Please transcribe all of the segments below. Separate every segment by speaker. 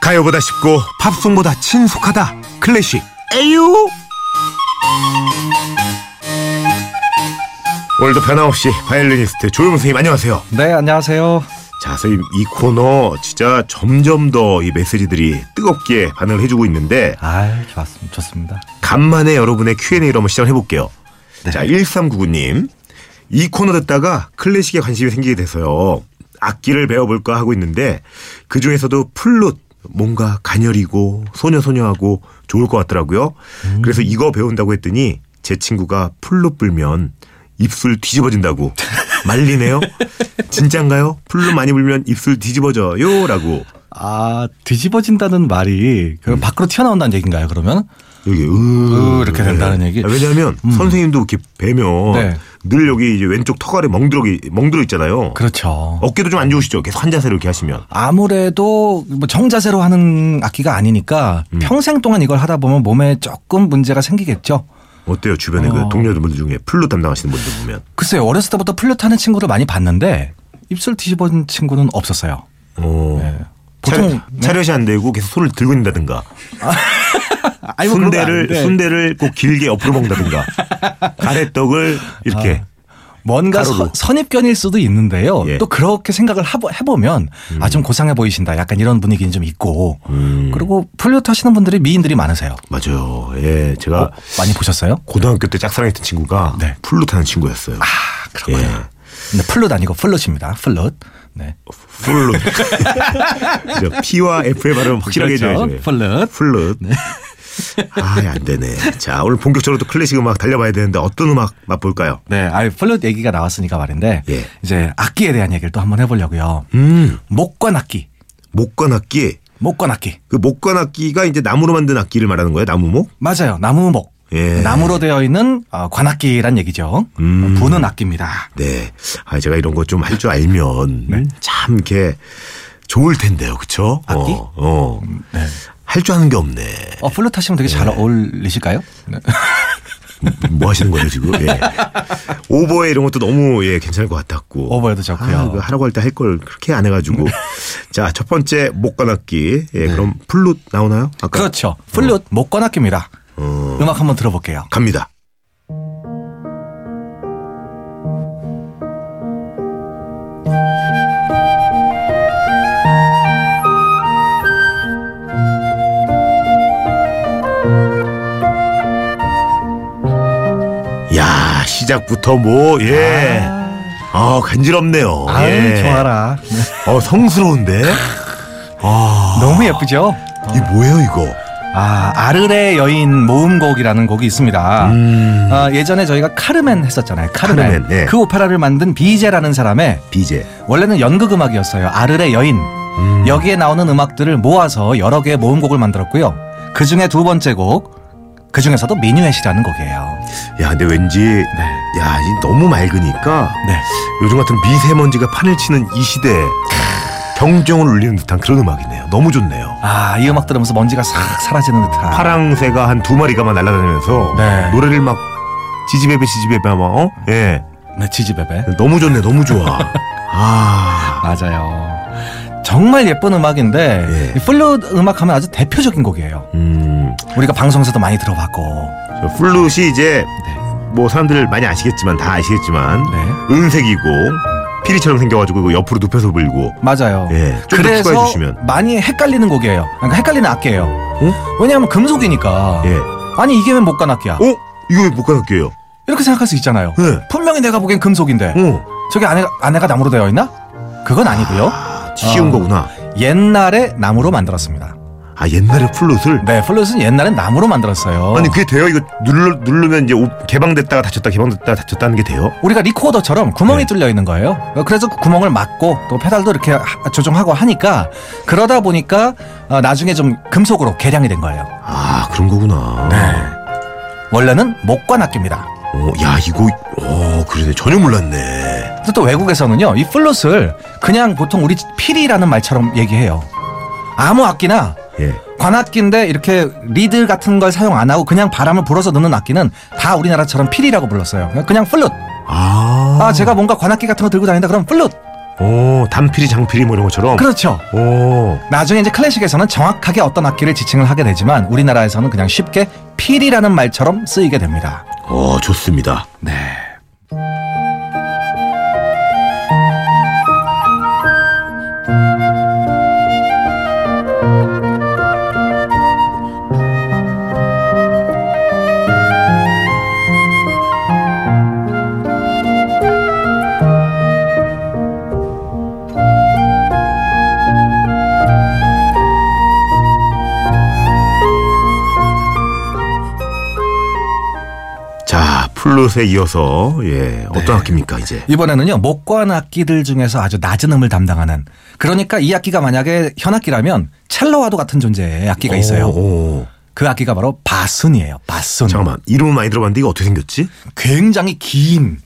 Speaker 1: 가요보다 쉽고 팝송보다 친숙하다 클래식 에유 오늘도 변함없이 바이올리니스트 조용 선생님 안녕하세요
Speaker 2: 네, 안녕하세요.
Speaker 1: 자 선생님 이 코너 진짜 점점 더 이 메시지들이 뜨겁게 반응을 해주고 있는데
Speaker 2: 아, 좋았습니다. 좋습니다.
Speaker 1: 간만에 여러분의 Q&A로 한번 시작을 해볼게요 자 1399님 이 코너 듣다가 클래식에 관심이 생기게 돼서요 악기를 배워볼까 하고 있는데 그 중에서도 플룻 뭔가 가녀리고 소녀소녀하고 좋을 것 같더라고요. 그래서 이거 배운다고 했더니 제 친구가 플룻 불면 입술 뒤집어진다고 말리네요. 진짠가요? 플룻 많이 불면 입술 뒤집어져요라고
Speaker 2: 아, 뒤집어진다는 말이 그
Speaker 1: 음.
Speaker 2: 밖으로 튀어나온다는 얘기인가요, 그러면?
Speaker 1: 여기 으 네.
Speaker 2: 으, 이렇게 된다는 얘기? 음.
Speaker 1: 아, 왜냐하면 선생님도 이렇게 뵈면
Speaker 2: 네.
Speaker 1: 늘 여기 이제 왼쪽 턱 아래 멍들어 멍들어 있잖아요.
Speaker 2: 그렇죠.
Speaker 1: 어깨도 좀 안 좋으시죠? 계속 한 자세로 이렇게 하시면.
Speaker 2: 아무래도 뭐 정자세로 하는 악기가 아니니까
Speaker 1: 음.
Speaker 2: 평생 동안 이걸 하다 보면 몸에 조금 문제가 생기겠죠.
Speaker 1: 어때요? 주변에 그 동료분들 중에 플루 담당하시는 분들 보면.
Speaker 2: 글쎄요, 어렸을 때부터 플룻 하는 친구를 많이 봤는데 입술 뒤집어진 친구는 없었어요.
Speaker 1: 어.
Speaker 2: 네.
Speaker 1: 보통
Speaker 2: 보통-
Speaker 1: 차렷이 안 되고 계속 손을 들고 있는다든가
Speaker 2: 아이고, 뭐 그런 거
Speaker 1: 순대를
Speaker 2: 아닌데.
Speaker 1: 순대를 꼭 길게 엎으로 먹는다든가 가래떡을 이렇게
Speaker 2: 아. 뭔가
Speaker 1: 가로로.
Speaker 2: 선- 선입견일 수도 있는데요.
Speaker 1: 예. 음.
Speaker 2: 또 그렇게 생각을 하보- 해보면 아 좀 고상해 보이신다. 약간 이런 분위기는 좀 있고. 그리고 플루트 하시는 분들이 미인들이 많으세요.
Speaker 1: 맞아요 예 제가
Speaker 2: 어, 많이 보셨어요?
Speaker 1: 고등학교 때 짝사랑했던 친구가
Speaker 2: 네.
Speaker 1: 플루 타는 친구였어요 예.
Speaker 2: 아 그렇군요. 네, 플룻 아니고 플룻입니다. 플룻. 네.
Speaker 1: 플루 P와 F의 발음 확실하게
Speaker 2: 그렇죠.
Speaker 1: 해줘야죠 예.
Speaker 2: 플룻. 네.
Speaker 1: 플룻 아안 되네 자 오늘 본격적으로 또 클래식 음악 달려봐야 되는데 어떤 음악 맛볼까요
Speaker 2: 네, 아 플룻 얘기가 나왔으니까 말인데
Speaker 1: 예.
Speaker 2: 이제 악기에 대한 얘기를 또 한번 해보려고요.
Speaker 1: 음
Speaker 2: 목관 악기,
Speaker 1: 목관 악기
Speaker 2: 목관 악기.
Speaker 1: 그 목관 악기가 이제 나무로 만든 악기를 말하는 거예요 나무목
Speaker 2: 맞아요. 나무목.
Speaker 1: 예.
Speaker 2: 나무로 되어 있는 어, 관악기란 얘기죠. 어,
Speaker 1: 음.
Speaker 2: 부는 악기입니다.
Speaker 1: 네. 아, 제가 이런 거 좀 할 줄 알면 참 이렇게 좋을 텐데요. 그쵸?
Speaker 2: 네. 악기? 네.
Speaker 1: 어. 어. 할 줄 아는 게 없네.
Speaker 2: 어, 플룻 하시면 되게
Speaker 1: 예.
Speaker 2: 잘 어울리실까요?
Speaker 1: 뭐 하시는 거예요, 지금? 예. 오버에 이런 것도 너무 예, 괜찮을 것 같았고.
Speaker 2: 오버에도 좋고요. 음.
Speaker 1: 아, 그거 하라고 할 때 할 걸 그렇게 안 해가지고. 자, 첫 번째 목관악기. 예,
Speaker 2: 네.
Speaker 1: 그럼 플룻 나오나요? 아까
Speaker 2: 그렇죠. 플룻 목관 악기입니다.
Speaker 1: 어.
Speaker 2: 음악 한번 들어볼게요.
Speaker 1: 갑니다. 야 시작부터 뭐 예. 아 간지럽네요.
Speaker 2: 아유,
Speaker 1: 예.
Speaker 2: 좋아라.
Speaker 1: 어 성스러운데. 아
Speaker 2: 너무 예쁘죠?
Speaker 1: 이 뭐예요 이거?
Speaker 2: 아, 아르레 여인 모음곡이라는 곡이 있습니다.
Speaker 1: 음
Speaker 2: 아, 예전에 저희가 카르멘 했었잖아요. 카르멘.
Speaker 1: 카르멘, 네.
Speaker 2: 그 오페라를 만든 비제라는 사람의
Speaker 1: 비제.
Speaker 2: 원래는 연극 음악이었어요. 아르레 여인.
Speaker 1: 음.
Speaker 2: 여기에 나오는 음악들을 모아서 여러 개의 모음곡을 만들었고요. 그 중에 두 번째 곡, 그 중에서도 미뉴엣이라는 곡이에요.
Speaker 1: 야 근데 왠지
Speaker 2: 네.
Speaker 1: 야이 너무 맑으니까
Speaker 2: 네.
Speaker 1: 요즘 같은 미세먼지가 판을 치는 이 시대에 경종을 울리는 듯한 그런 음악이네요. 너무 좋네요.
Speaker 2: 아, 이 음악 들으면서 먼지가 싹 사라지는 듯한.
Speaker 1: 파랑새가 한 두 마리가만 날아다니면서
Speaker 2: 네.
Speaker 1: 노래를 막 지지배배 지지배배 막 어? 예.
Speaker 2: 네, 지지배배.
Speaker 1: 너무 좋네. 너무 좋아. 아.
Speaker 2: 맞아요. 정말 예쁜 음악인데
Speaker 1: 예.
Speaker 2: 이 플룻 음악 하면 아주 대표적인 곡이에요.
Speaker 1: 음.
Speaker 2: 우리가 방송에서도 많이 들어봤고.
Speaker 1: 저 플룻이 이제
Speaker 2: 네.
Speaker 1: 뭐 사람들 많이 아시겠지만 다 아시겠지만
Speaker 2: 네.
Speaker 1: 은색이고 피리처럼 생겨가지고 그 옆으로 눕혀서 불고
Speaker 2: 맞아요.
Speaker 1: 예. 좀더
Speaker 2: 그래서
Speaker 1: 추가해 주시면.
Speaker 2: 많이 헷갈리는 곡이에요. 그러니까 헷갈리는 악기예요. 왜냐하면 금속이니까.
Speaker 1: 예.
Speaker 2: 아니 이게 왜 못간 악기야?
Speaker 1: 어? 이거 왜못 가볼게요?
Speaker 2: 이렇게 생각할 수 있잖아요.
Speaker 1: 네.
Speaker 2: 분명히 내가 보기엔 금속인데
Speaker 1: 어.
Speaker 2: 저게 안에 안에가 나무로 되어 있나? 그건 아니고요.
Speaker 1: 아, 쉬운
Speaker 2: 아.
Speaker 1: 거구나.
Speaker 2: 옛날에 나무로 만들었습니다.
Speaker 1: 아 옛날에 플룻을
Speaker 2: 네, 플룻은 옛날에 나무로 만들었어요.
Speaker 1: 아니 그게 돼요? 이거 눌러, 누르면 이제 옷 개방됐다가 닫혔다 개방됐다가 닫혔다 하는 게 돼요?
Speaker 2: 우리가 리코더처럼 구멍이
Speaker 1: 네.
Speaker 2: 뚫려 있는 거예요. 그래서 그 구멍을 막고 또 페달도 이렇게 하- 조정하고 하니까 그러다 보니까 어, 나중에 좀 금속으로 개량이 된 거예요.
Speaker 1: 아 그런 거구나
Speaker 2: 네. 원래는 목관 악기입니다.
Speaker 1: 어, 야 이거 어 그러네 전혀 몰랐네
Speaker 2: 근데 또 외국에서는요 이 플룻을 그냥 보통 우리 피리라는 말처럼 얘기해요. 아무 악기나
Speaker 1: 예
Speaker 2: 관악기인데 이렇게 리들 같은 걸 사용 안 하고 그냥 바람을 불어서 넣는 악기는 다 우리나라처럼 피리라고 불렀어요. 그냥 플룻.
Speaker 1: 아,
Speaker 2: 아 제가 뭔가 관악기 같은 거 들고 다닌다 그럼 플룻.
Speaker 1: 오, 어, 단필이 장필이 뭐 이런 것처럼. 어.
Speaker 2: 그렇죠.
Speaker 1: 오.
Speaker 2: 나중에 이제 클래식에서는 정확하게 어떤 악기를 지칭을 하게 되지만 우리나라에서는 그냥 쉽게 필이라는 말처럼 쓰이게 됩니다.
Speaker 1: 어, 좋습니다.
Speaker 2: 네.
Speaker 1: 자, 플룻에 이어서
Speaker 2: 네.
Speaker 1: 예, 어떤 악기입니까, 이제?
Speaker 2: 이번에는요 목관 악기들 중에서 아주 낮은 음을 담당하는 그러니까 이 악기가 만약에 현악기라면 첼로와도 같은 존재의 악기가 있어요.
Speaker 1: 오, 오.
Speaker 2: 그 악기가 바로 바순이에요. 바순.
Speaker 1: 잠깐만. 이름은 많이 들어봤는데 이거 어떻게 생겼지?
Speaker 2: 굉장히 긴.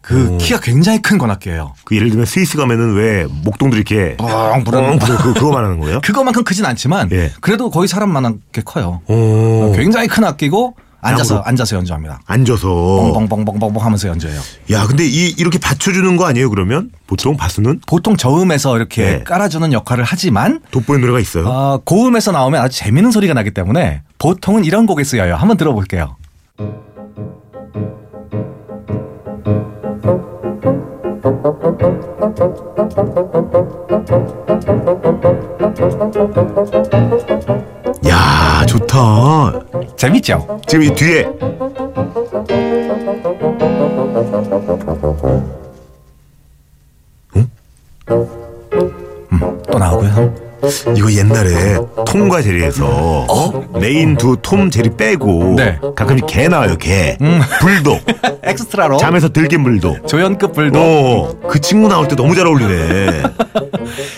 Speaker 2: 그 키가 굉장히 큰 관악기예요.
Speaker 1: 그 예를 들면 스위스 가면은 왜 목동들이 이렇게
Speaker 2: 뻥
Speaker 1: 뻥
Speaker 2: 부르는
Speaker 1: 부르- 그, 그거 말하는 거예요?
Speaker 2: 그거만큼 크진 않지만
Speaker 1: 예.
Speaker 2: 그래도 거의 사람만하게 커요.
Speaker 1: 오.
Speaker 2: 굉장히 큰 악기고 앉아서
Speaker 1: 나무로.
Speaker 2: 앉아서 연주합니다.
Speaker 1: 어, 앉아서.
Speaker 2: 뻥뻥뻥뻥뻥 하면서 연주해요.
Speaker 1: 야, 근데 이 이렇게 받쳐주는 거 아니에요? 그러면 보통 바스는
Speaker 2: 보통 저음에서 이렇게
Speaker 1: 예.
Speaker 2: 깔아주는 역할을 하지만
Speaker 1: 돋보이는 노래가 있어요.
Speaker 2: 어, 고음에서 나오면 아주 재미있는 소리가 나기 때문에 보통은 이런 곡에 쓰여요. 한번 들어볼게요.
Speaker 1: 야, 좋다.
Speaker 2: 재밌죠?
Speaker 1: 지금 이 뒤에
Speaker 2: 또 나오고요.
Speaker 1: 이거 옛날에 톰과 제리에서 메인 두 톰 제리 빼고
Speaker 2: 네.
Speaker 1: 가끔씩 개 나와요 개 불독
Speaker 2: 엑스트라로
Speaker 1: 잠에서 들긴 불독
Speaker 2: 조연급 불도
Speaker 1: 어? 어그 친구 나올 때 너무 잘 어울리네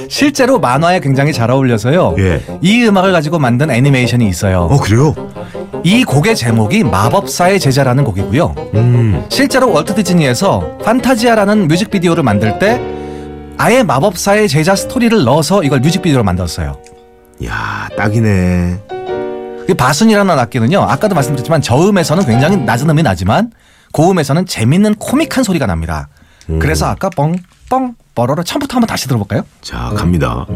Speaker 2: 실제로 만화에 굉장히 잘 어울려서요.
Speaker 1: 예.
Speaker 2: 이 음악을 가지고 만든 애니메이션이 있어요.
Speaker 1: 어 그래요
Speaker 2: 이 곡의 제목이 마법사의 제자라는 곡이고요.
Speaker 1: 음
Speaker 2: 실제로 월트 디즈니에서 판타지아라는 뮤직비디오를 만들 때 아예 마법사의 제자 스토리를 넣어서 이걸 뮤직비디오로 만들었어요.
Speaker 1: 야 딱이네
Speaker 2: 이 바순이라는 악기는요. 아까도 말씀드렸지만 저음에서는 굉장히 낮은 음이 나지만 고음에서는 재밌는 코믹한 소리가 납니다.
Speaker 1: 음.
Speaker 2: 그래서 아까 뻥, 뻥, 뻐러러 처음부터 한번 다시 들어볼까요?
Speaker 1: 자 갑니다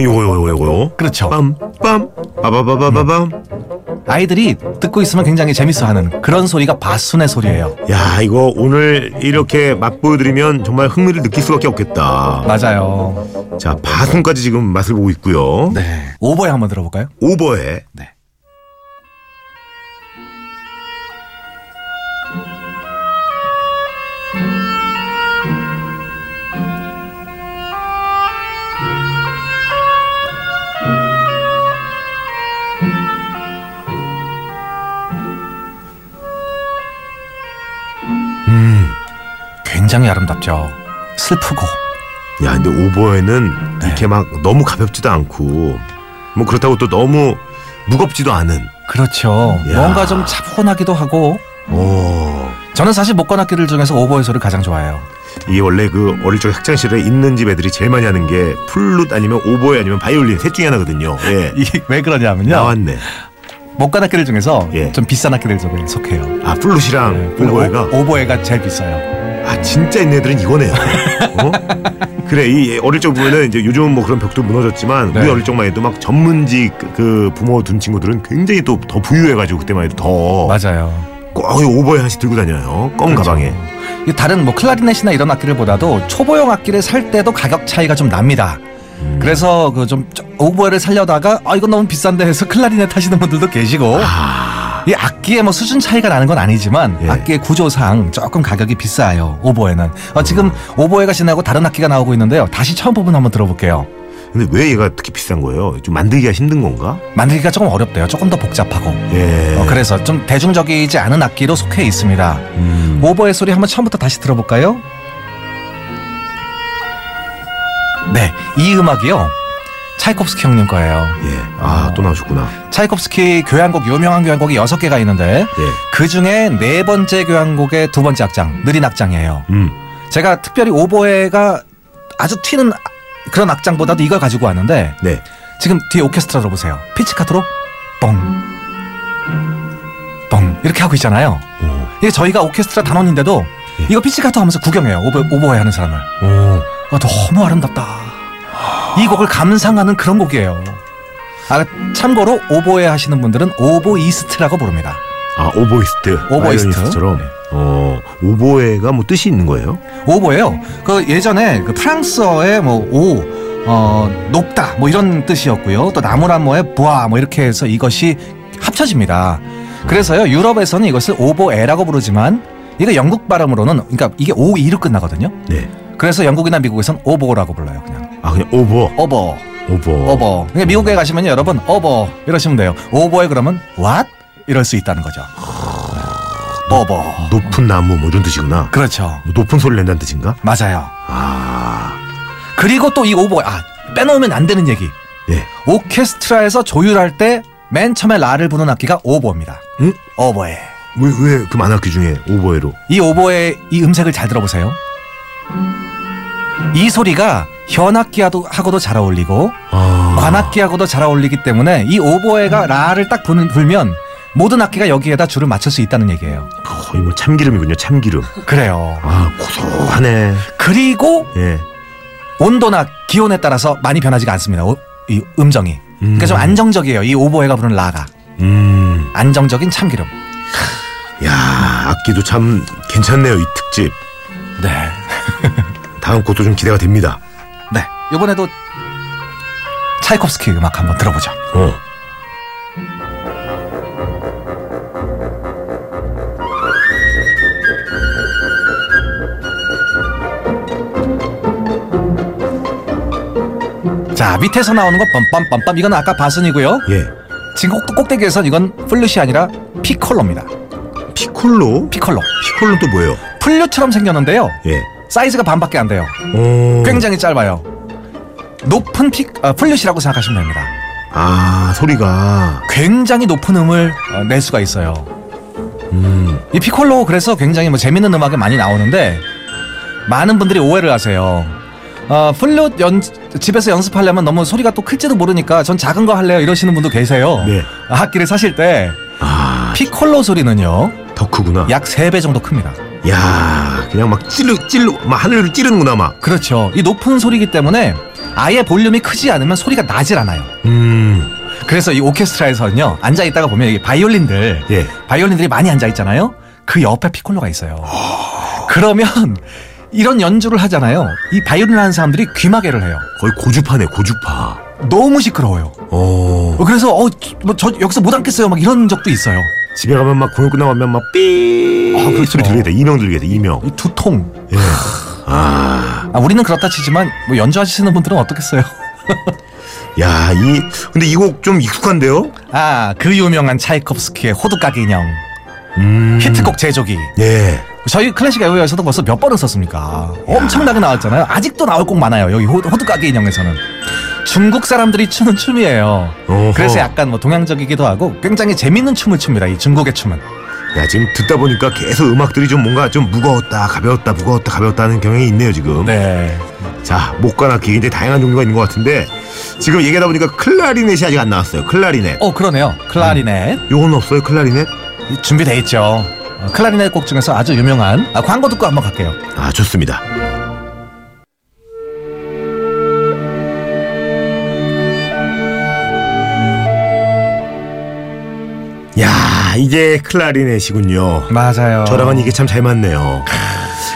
Speaker 1: 요거 요거 요거 요거
Speaker 2: 그렇죠.
Speaker 1: 빰빰 빠바바바바밤
Speaker 2: 아이들이 듣고 있으면 굉장히 재밌어하는 그런 소리가 바순의 소리예요.
Speaker 1: 야 이거 오늘 이렇게 맛보여드리면 정말 흥미를 느낄 수밖에 없겠다
Speaker 2: 맞아요.
Speaker 1: 자 바순까지 지금 맛을 보고 있고요.
Speaker 2: 네. 오버에 한번 들어볼까요?
Speaker 1: 오버에
Speaker 2: 네. 굉장히 아름답죠. 슬프고
Speaker 1: 야 근데 오버에는
Speaker 2: 네.
Speaker 1: 이렇게 막 너무 가볍지도 않고 뭐 그렇다고 또 너무 무겁지도 않은.
Speaker 2: 그렇죠.
Speaker 1: 야.
Speaker 2: 뭔가 좀 차분하기도 하고
Speaker 1: 오
Speaker 2: 저는 사실 목관 악기들 중에서 오버의 소리를 가장 좋아해요.
Speaker 1: 이게 원래 그 어릴 적 학창시절에 있는 집 애들이 제일 많이 하는 게 플룻 아니면 오버에 아니면 바이올린 셋 중에 하나거든요. 예.
Speaker 2: 이게 왜 그러냐면요.
Speaker 1: 나왔네.
Speaker 2: 목관 악기들 중에서
Speaker 1: 예.
Speaker 2: 좀 비싼 악기들 중에 속해요.
Speaker 1: 아 플룻이랑
Speaker 2: 그리고
Speaker 1: 오버에가
Speaker 2: 네, 오- 오버에가 제일 비싸요.
Speaker 1: 아 진짜 있는 애들은 이거네요. 어? 그래 이 어릴 적 보면은 이제 요즘은 뭐 그런 벽도 무너졌지만
Speaker 2: 네.
Speaker 1: 우리 어릴 적만 해도 막 전문직 그- 그 부모 둔 친구들은 굉장히 또 더 부유해가지고 그때만 해도 더꼭
Speaker 2: 어, 맞아요. 그렇죠.
Speaker 1: 오버에 하나씩 들고 다녀요. 껌 가방에.
Speaker 2: 이 다른 뭐 클라리넷이나 이런 악기들보다도 초보용 악기를 살 때도 가격 차이가 좀 납니다.
Speaker 1: 음.
Speaker 2: 그래서 그 좀 오버를 살려다가 아 이건 너무 비싼데 해서 클라리넷 하시는 분들도 계시고
Speaker 1: 아,
Speaker 2: 이 악기의 뭐 수준 차이가 나는 건 아니지만
Speaker 1: 예.
Speaker 2: 악기의 구조상 조금 가격이 비싸요 오버에는
Speaker 1: 음.
Speaker 2: 어, 지금 오버에가 지나고 다른 악기가 나오고 있는데요 다시 처음 부분 한번 들어볼게요
Speaker 1: 근데 왜 얘가 특히 비싼 거예요? 좀 만들기가 힘든 건가?
Speaker 2: 만들기가 조금 어렵대요 조금 더 복잡하고
Speaker 1: 예.
Speaker 2: 어, 그래서 좀 대중적이지 않은 악기로 속해 있습니다
Speaker 1: 음.
Speaker 2: 오버의 소리 한번 처음부터 다시 들어볼까요? 네이 음악이요 차이콥스키 형님 거예요
Speaker 1: 예. 아, 또 나오셨구나.
Speaker 2: 차이콥스키 교향곡 유명한 교향곡이 여섯 개가 있는데
Speaker 1: 예.
Speaker 2: 그 중에 네 번째 교향곡의 두 번째 악장 느린 악장이에요.
Speaker 1: 음.
Speaker 2: 제가 특별히 오보에가 아주 튀는 그런 악장보다도 이걸 가지고 왔는데
Speaker 1: 네.
Speaker 2: 지금 뒤에 오케스트라 들어보세요. 피치카토로 뻥. 뻥. 이렇게 하고 있잖아요.
Speaker 1: 오. 어.
Speaker 2: 이게 저희가 오케스트라 단원인데도 이거 피치카토 하면서 구경해요. 오버, 오버웨이 하는 사람을.
Speaker 1: 오.
Speaker 2: 아, 너무 아름답다. 이 곡을 감상하는 그런 곡이에요. 아, 참고로 오보에 하시는 분들은 오보이스트라고 부릅니다.
Speaker 1: 아 오보이스트.
Speaker 2: 오보이스트.
Speaker 1: 바이올리니스트처럼. 어 오보에가 뭐 뜻이 있는 거예요?
Speaker 2: 오보예요. 그 예전에 그 프랑스어의 뭐오 어, 높다 뭐 이런 뜻이었고요. 또 나무란모의 보아 뭐 이렇게 해서 이것이 합쳐집니다. 그래서요 유럽에서는 이것을 오보에라고 부르지만 이거 영국 발음으로는 그러니까 이게 오 이로 끝나거든요.
Speaker 1: 네.
Speaker 2: 그래서 영국이나 미국에선 오보라고 불러요 그냥
Speaker 1: 아 그냥 오보.
Speaker 2: 오보
Speaker 1: 오보.
Speaker 2: 오버. 그러니까 미국에 가시면 여러분 오버 이러시면 돼요. 오버에 그러면 what 이럴 수 있다는 거죠. 네. 오버.
Speaker 1: 높은 나무 뭐 이런 뜻이구나.
Speaker 2: 그렇죠.
Speaker 1: 뭐 높은 소리 를 낸다는 뜻인가?
Speaker 2: 맞아요.
Speaker 1: 아.
Speaker 2: 그리고 또 이 오버 아 빼놓으면 안 되는 얘기.
Speaker 1: 네.
Speaker 2: 오케스트라에서 조율할 때 맨 처음에 라를 부는 악기가 오버입니다.
Speaker 1: 응?
Speaker 2: 오버에.
Speaker 1: 왜왜그 만화기 중에 오보에로?
Speaker 2: 이 오버의 이 음색을 잘 들어보세요. 이 소리가 현악기하고도 하고도 잘 어울리고
Speaker 1: 아.
Speaker 2: 관악기하고도 잘 어울리기 때문에 이 오보에가 라를 딱 부는, 불면 모든 악기가 여기에다 줄을 맞출 수 있다는 얘기예요.
Speaker 1: 거의 뭐 참기름이군요. 참기름.
Speaker 2: 그래요.
Speaker 1: 아 고소하네.
Speaker 2: 그리고
Speaker 1: 예.
Speaker 2: 온도나 기온에 따라서 많이 변하지가 않습니다. 오- 이 음정이. 그러니까 좀 안정적이에요. 이 오보에가 부르는 라가.
Speaker 1: 음.
Speaker 2: 안정적인 참기름.
Speaker 1: 야 악기도 참 괜찮네요 이 특집.
Speaker 2: 네.
Speaker 1: 다음 곡도 좀 기대가 됩니다.
Speaker 2: 네. 이번에도 차이콥스키 음악 한번 들어보죠.
Speaker 1: 어.
Speaker 2: 자, 밑에서 나오는 거 빰빰빰빰. 이건 아까 바순이고요.
Speaker 1: 예.
Speaker 2: 지금 꼭- 꼭대기에선 이건 플룻이 아니라 피콜로입니다.
Speaker 1: 피콜로?
Speaker 2: 피콜로.
Speaker 1: 피콜로는 또 뭐예요?
Speaker 2: 플룻처럼 생겼는데요.
Speaker 1: 예.
Speaker 2: 사이즈가 반밖에 안 돼요.
Speaker 1: 오.
Speaker 2: 음. 굉장히 짧아요. 높은 피, 아, 플룻이라고 생각하시면 됩니다.
Speaker 1: 아 소리가.
Speaker 2: 굉장히 높은 음을 어, 낼 수가 있어요.
Speaker 1: 음.
Speaker 2: 이 피콜로 그래서 굉장히 뭐 재밌는 음악이 많이 나오는데 많은 분들이 오해를 하세요. 어, 플룻 연, 집에서 연습하려면 너무 소리가 또 클지도 모르니까 전 작은 거 할래요 이러시는 분도 계세요.
Speaker 1: 네.
Speaker 2: 악기를 사실 때
Speaker 1: 아
Speaker 2: 피콜로 소리는요
Speaker 1: 더 크구나.
Speaker 2: 약 3배 정도 큽니다.
Speaker 1: 야 그냥 막 찔르 찔르 막 하늘을 찌르는구나 막.
Speaker 2: 그렇죠. 이 높은 소리이기 때문에 아예 볼륨이 크지 않으면 소리가 나질 않아요.
Speaker 1: 음.
Speaker 2: 그래서 이 오케스트라에서는요 앉아 있다가 보면 이게 바이올린들
Speaker 1: 예.
Speaker 2: 바이올린들이 많이 앉아 있잖아요. 그 옆에 피콜로가 있어요. 그러면 이런 연주를 하잖아요. 이 바이올린 하는 사람들이 귀마개를 해요.
Speaker 1: 거의 고주파네 고주파.
Speaker 2: 너무 시끄러워요.
Speaker 1: 어.
Speaker 2: 그래서 어뭐저 여기서 못 앉겠어요. 막 이런 적도 있어요.
Speaker 1: 집에 가면 막 공연 끝나고 하면 막 삐.
Speaker 2: 아, 그렇죠.
Speaker 1: 소리 들리겠다. 이명 들리겠다. 이명.
Speaker 2: 이 두통.
Speaker 1: 예. 아.
Speaker 2: 아, 우리는 그렇다 치지만 뭐 연주하시는 분들은 어떻겠어요?
Speaker 1: 야, 이 근데 이 곡 좀 익숙한데요?
Speaker 2: 아, 그 유명한 차이콥스키의 호두까기 인형.
Speaker 1: 음.
Speaker 2: 히트곡 제조기.
Speaker 1: 예.
Speaker 2: 저희 클래식 애호에서도 벌써 몇 번을 썼습니까? 엄청나게 나왔잖아요. 아직도 나올 곡 많아요. 여기 호, 호두까기 인형에서는. 중국 사람들이 추는 춤이에요.
Speaker 1: 어허.
Speaker 2: 그래서 약간 뭐 동양적이기도 하고 굉장히 재밌는 춤을 춥니다. 이 중국의 춤은.
Speaker 1: 야, 지금 듣다 보니까 계속 음악들이 좀 뭔가 좀 무거웠다, 가벼웠다, 무거웠다, 가벼웠다 하는 경향이 있네요, 지금.
Speaker 2: 네.
Speaker 1: 자, 목관악기 굉장히 다양한 종류가 있는 것 같은데 지금 얘기하다 보니까 클라리넷이 아직 안 나왔어요. 클라리넷.
Speaker 2: 어 그러네요. 클라리넷
Speaker 1: 요건 없어요, 클라리넷?
Speaker 2: 준비돼 있죠. 어, 클라리넷 곡 중에서 아주 유명한 아, 광고 듣고 한번 갈게요.
Speaker 1: 아, 좋습니다. 야, 이게 클라리넷이군요.
Speaker 2: 맞아요.
Speaker 1: 저랑은 이게 참 잘 맞네요.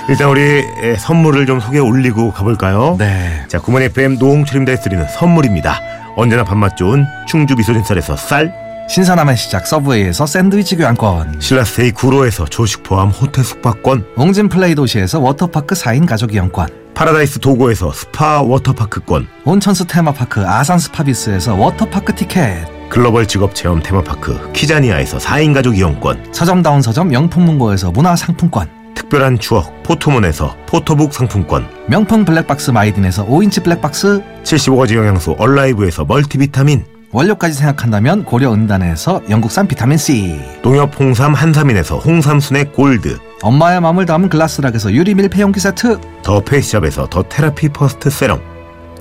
Speaker 1: 일단 우리 에, 선물을 좀 소개 올리고 가볼까요?
Speaker 2: 네.
Speaker 1: 자, 구몬 FM 노홍철입니다. 드리는 선물입니다. 언제나 밥맛 좋은 충주 미소진쌀에서 쌀,
Speaker 2: 신선함의 시작 서브웨이에서 샌드위치 교환권,
Speaker 1: 신라스테이 구로에서 조식 포함 호텔 숙박권,
Speaker 2: 웅진 플레이 도시에서 워터파크 4인 가족 이용권,
Speaker 1: 파라다이스 도고에서 스파 워터파크권,
Speaker 2: 온천수 테마파크 아산 스파비스에서 워터파크 티켓,
Speaker 1: 글로벌 직업 체험 테마파크 키자니아에서 4인 가족 이용권,
Speaker 2: 서점다운 서점 명품문고에서 문화상품권,
Speaker 1: 특별한 추억 포토몬에서 포토북 상품권,
Speaker 2: 명품 블랙박스 마이딘에서 5인치 블랙박스,
Speaker 1: 75가지 영양소 얼라이브에서 멀티비타민,
Speaker 2: 원료까지 생각한다면 고려은단에서 영국산 비타민C,
Speaker 1: 농협 홍삼 한삼인에서 홍삼 순액 골드,
Speaker 2: 엄마의 마음을 담은 글라스락에서 유리밀 폐용기 세트
Speaker 1: 더 페이스샵에서 더 테라피 퍼스트 세럼,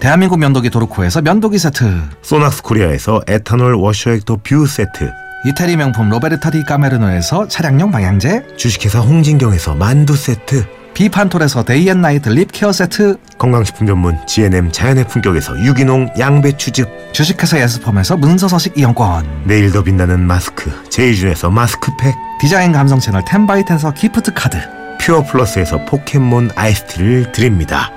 Speaker 2: 대한민국 면도기 도르코에서 면도기 세트
Speaker 1: 소낙스 코리아에서 에탄올 워셔액터 뷰 세트
Speaker 2: 이태리 명품 로베르타 디 까메르노에서 차량용 방향제,
Speaker 1: 주식회사 홍진경에서 만두 세트,
Speaker 2: 비판톨에서 데이앤나이트 립케어 세트,
Speaker 1: 건강식품 전문 GNM 자연의 품격에서 유기농 양배추즙,
Speaker 2: 주식회사 예스폼에서 문서서식 이용권,
Speaker 1: 내일 더 빛나는 마스크, 제이준에서 마스크팩,
Speaker 2: 디자인 감성 채널 텐바이텐서 기프트 카드.
Speaker 1: 퓨어 플러스에서 포켓몬 아이스티를 드립니다.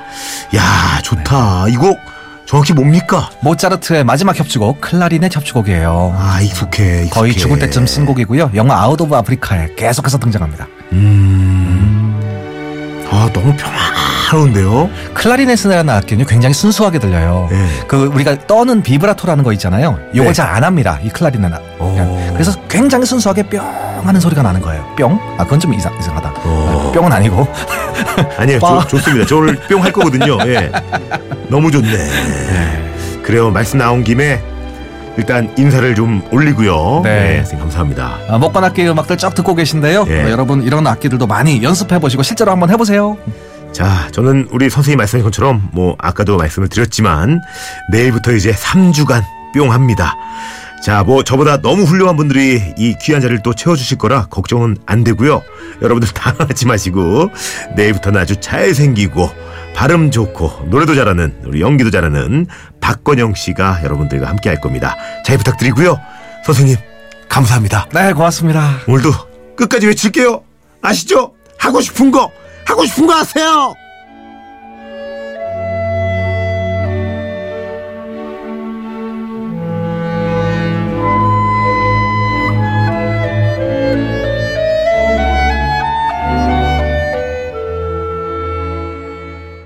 Speaker 1: 야 좋다. 이 곡 정확히 뭡니까?
Speaker 2: 모차르트의 마지막 협주곡 클라리넷 협주곡이에요.
Speaker 1: 아 익숙해. 익숙해.
Speaker 2: 거의 죽을 때쯤 쓴 곡이고요. 영화 아웃 오브 아프리카에 계속해서 등장합니다.
Speaker 1: 음. 아 너무 평화로운데요.
Speaker 2: 클라리넷이라는 악기는 굉장히 순수하게 들려요.
Speaker 1: 네.
Speaker 2: 그 우리가 떠는 비브라토라는 거 있잖아요. 요걸
Speaker 1: 네.
Speaker 2: 잘 안 합니다. 이 클라리넷.
Speaker 1: 오.
Speaker 2: 그냥. 그래서 굉장히 순수하게 뿅 하는 소리가 나는 거예요. 뿅? 아 그건 좀 이상, 이상하다.
Speaker 1: 어.
Speaker 2: 뿅은 아니고
Speaker 1: 아니요
Speaker 2: 와.
Speaker 1: 좋, 좋습니다. 저 오늘 뿅 할 거거든요. 예. 너무 좋네. 그래요 말씀 나온 김에 일단 인사를 좀 올리고요.
Speaker 2: 네.
Speaker 1: 네, 선생님 감사합니다.
Speaker 2: 아, 먹건 악기 음악들 쫙 듣고 계신데요.
Speaker 1: 예.
Speaker 2: 어, 여러분 이런 악기들도 많이 연습해 보시고 실제로 한번 해보세요.
Speaker 1: 자, 저는 우리 선생님 말씀하신 것처럼 뭐 아까도 말씀을 드렸지만 내일부터 이제 3주간 뿅합니다. 자, 뭐 저보다 너무 훌륭한 분들이 이 귀한 자리를 또 채워주실 거라 걱정은 안 되고요. 여러분들 당황하지 마시고 내일부터는 아주 잘생기고 발음 좋고 노래도 잘하는 우리 연기도 잘하는 박건영 씨가 여러분들과 함께 할 겁니다. 잘 부탁드리고요. 선생님 감사합니다.
Speaker 2: 네 고맙습니다.
Speaker 1: 오늘도 끝까지 외칠게요. 아시죠? 하고 싶은 거 하고 싶은 거 하세요.